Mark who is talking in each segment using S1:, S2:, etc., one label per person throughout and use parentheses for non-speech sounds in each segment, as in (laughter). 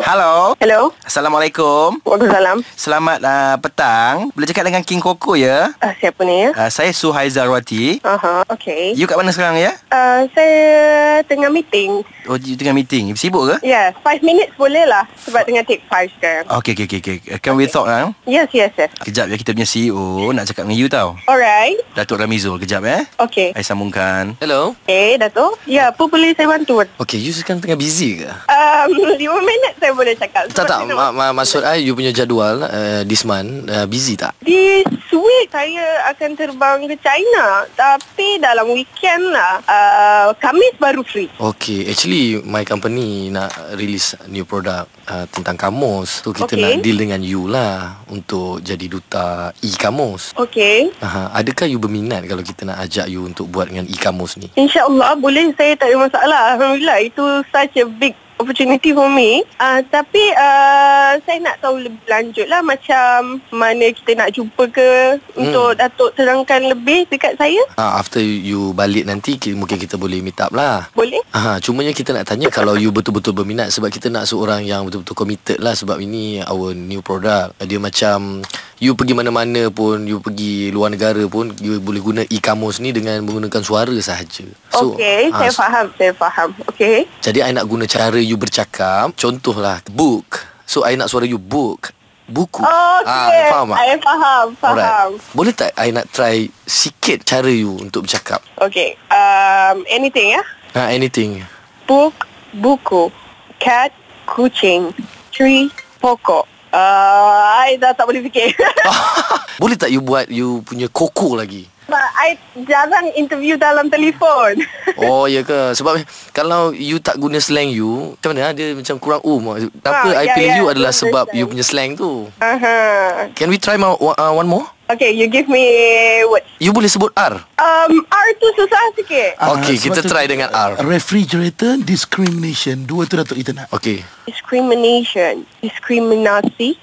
S1: Hello.
S2: Hello.
S1: Assalamualaikum.
S2: Waalaikumsalam.
S1: Selamat uh, petang. Boleh cakap dengan King Koko ya?
S2: Uh, siapa ni ya?
S1: Uh, saya Suhaiza Rawati.
S2: Aha, okey.
S1: You kat mana sekarang ya?
S2: Uh, saya tengah meeting.
S1: Oh, you tengah meeting. You Sibuk ke?
S2: Ya, yeah, 5 minutes boleh lah sebab tengah take 5 sekarang.
S1: Okay, okay, okay. okay. Can we talk now?
S2: Yes, yes, yes.
S1: Kejap ya, kita punya CEO nak cakap dengan you tau.
S2: Alright.
S1: Datuk Ramizul, kejap eh.
S2: Okey.
S1: Saya sambungkan.
S3: Hello.
S2: Okay, Dato'. Ya, yeah, apa boleh saya bantu?
S3: Okay, you sekarang tengah busy ke?
S2: Um, (laughs) 5 minit saya boleh cakap.
S3: Tak
S2: Sebab
S3: tak,
S2: you know,
S3: ma- ma- maksud I you punya jadual uh, this month uh, busy tak?
S2: This week saya akan terbang ke China Tapi dalam weekend lah uh, Kamis baru free
S3: Okay, actually my company nak release new product uh, tentang kamus. So kita
S2: Okay.
S3: nak deal dengan you lah untuk jadi duta e-kamus.
S2: Okay
S3: Aha, adakah you berminat kalau kita nak ajak you untuk buat dengan e-kamus ni?
S2: InsyaAllah boleh saya tak ada masalah Alhamdulillah itu such a big opportunity for me uh, Tapi uh, saya nak tahu lebih lanjut lah Macam mana kita nak jumpa ke
S3: Hmm.
S2: Untuk Datuk terangkan lebih dekat saya
S3: Uh, after you balik nanti ki- mungkin kita boleh meet up lah.
S2: Boleh?
S3: Aha, cumanya kita nak tanya kalau you betul-betul berminat sebab kita nak seorang yang betul-betul committed lah sebab ini our new product. Dia macam you pergi mana-mana pun, you pergi luar negara pun, you boleh guna e-commerce ni dengan menggunakan suara sahaja.
S2: okay,
S3: ah,
S2: saya faham, saya faham Okay
S3: Jadi I nak guna cara you bercakap. Contohlah book. So I nak suara you book. Buku.
S2: Okay,
S3: Ah, faham tak?
S2: saya faham, faham
S3: Alright. Boleh tak I nak try sikit cara you untuk bercakap?
S2: Okay, um, anything ya
S3: Ha, anything. (laughs)
S2: Book, buku Cat, kucing Tree, pokok uh, I dah tak boleh fikir (laughs)
S3: Boleh tak you buat you punya koko lagi?
S2: Sebab I jarang interview dalam (laughs) telefon.
S3: Oh ya ke Sebab kalau you tak guna slang you Macam mana ah, Dia macam kurang um Kenapa
S2: Ah,
S3: I
S2: ya,
S3: pilih
S2: ya,
S3: you adalah
S2: betul,
S3: sebab
S2: betul.
S3: you punya slang tu
S2: Aha.
S3: Can we try ma- wa- uh, one more?
S2: Uh-huh. Okay, you give me what?
S3: You boleh sebut R
S2: Um, R tu susah sikit.
S4: Ah,
S3: Okay,
S4: sebab
S3: kita
S4: tu-
S3: try dengan R.
S4: Refrigerator discrimination. Dua tu Datuk kita nak.
S3: Okay
S2: Discrimination, discriminasi,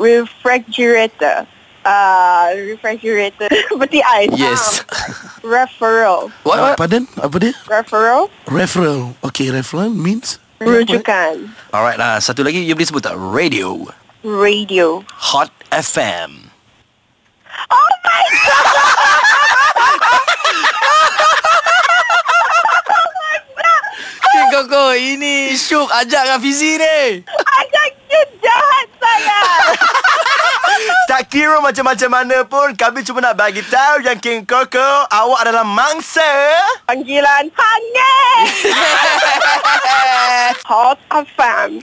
S2: refrigerator. Ah, refrigerator (laughs) seperti ais.
S3: Yes
S2: Um, referral,
S3: What,
S4: Ah,
S3: what?
S4: Pardon? Apa dia?
S2: referral,
S4: Referral. Okay, referral means
S2: rujukan,
S1: Alright lah. Satu lagi you boleh sebut tak? Radio.
S2: radio. (laughs)
S1: Hot FM.
S2: Oh my (laughs) god!
S3: Okay Koko Ini Syuk Ajak dengan Fizi ni
S2: Ajak you jahat saya.
S1: Tak kira macam-macam mana pun Kami cuma nak bagi tahu Yang King Koko Awak adalah mangsa
S2: Panggilan hangat. Hot FM.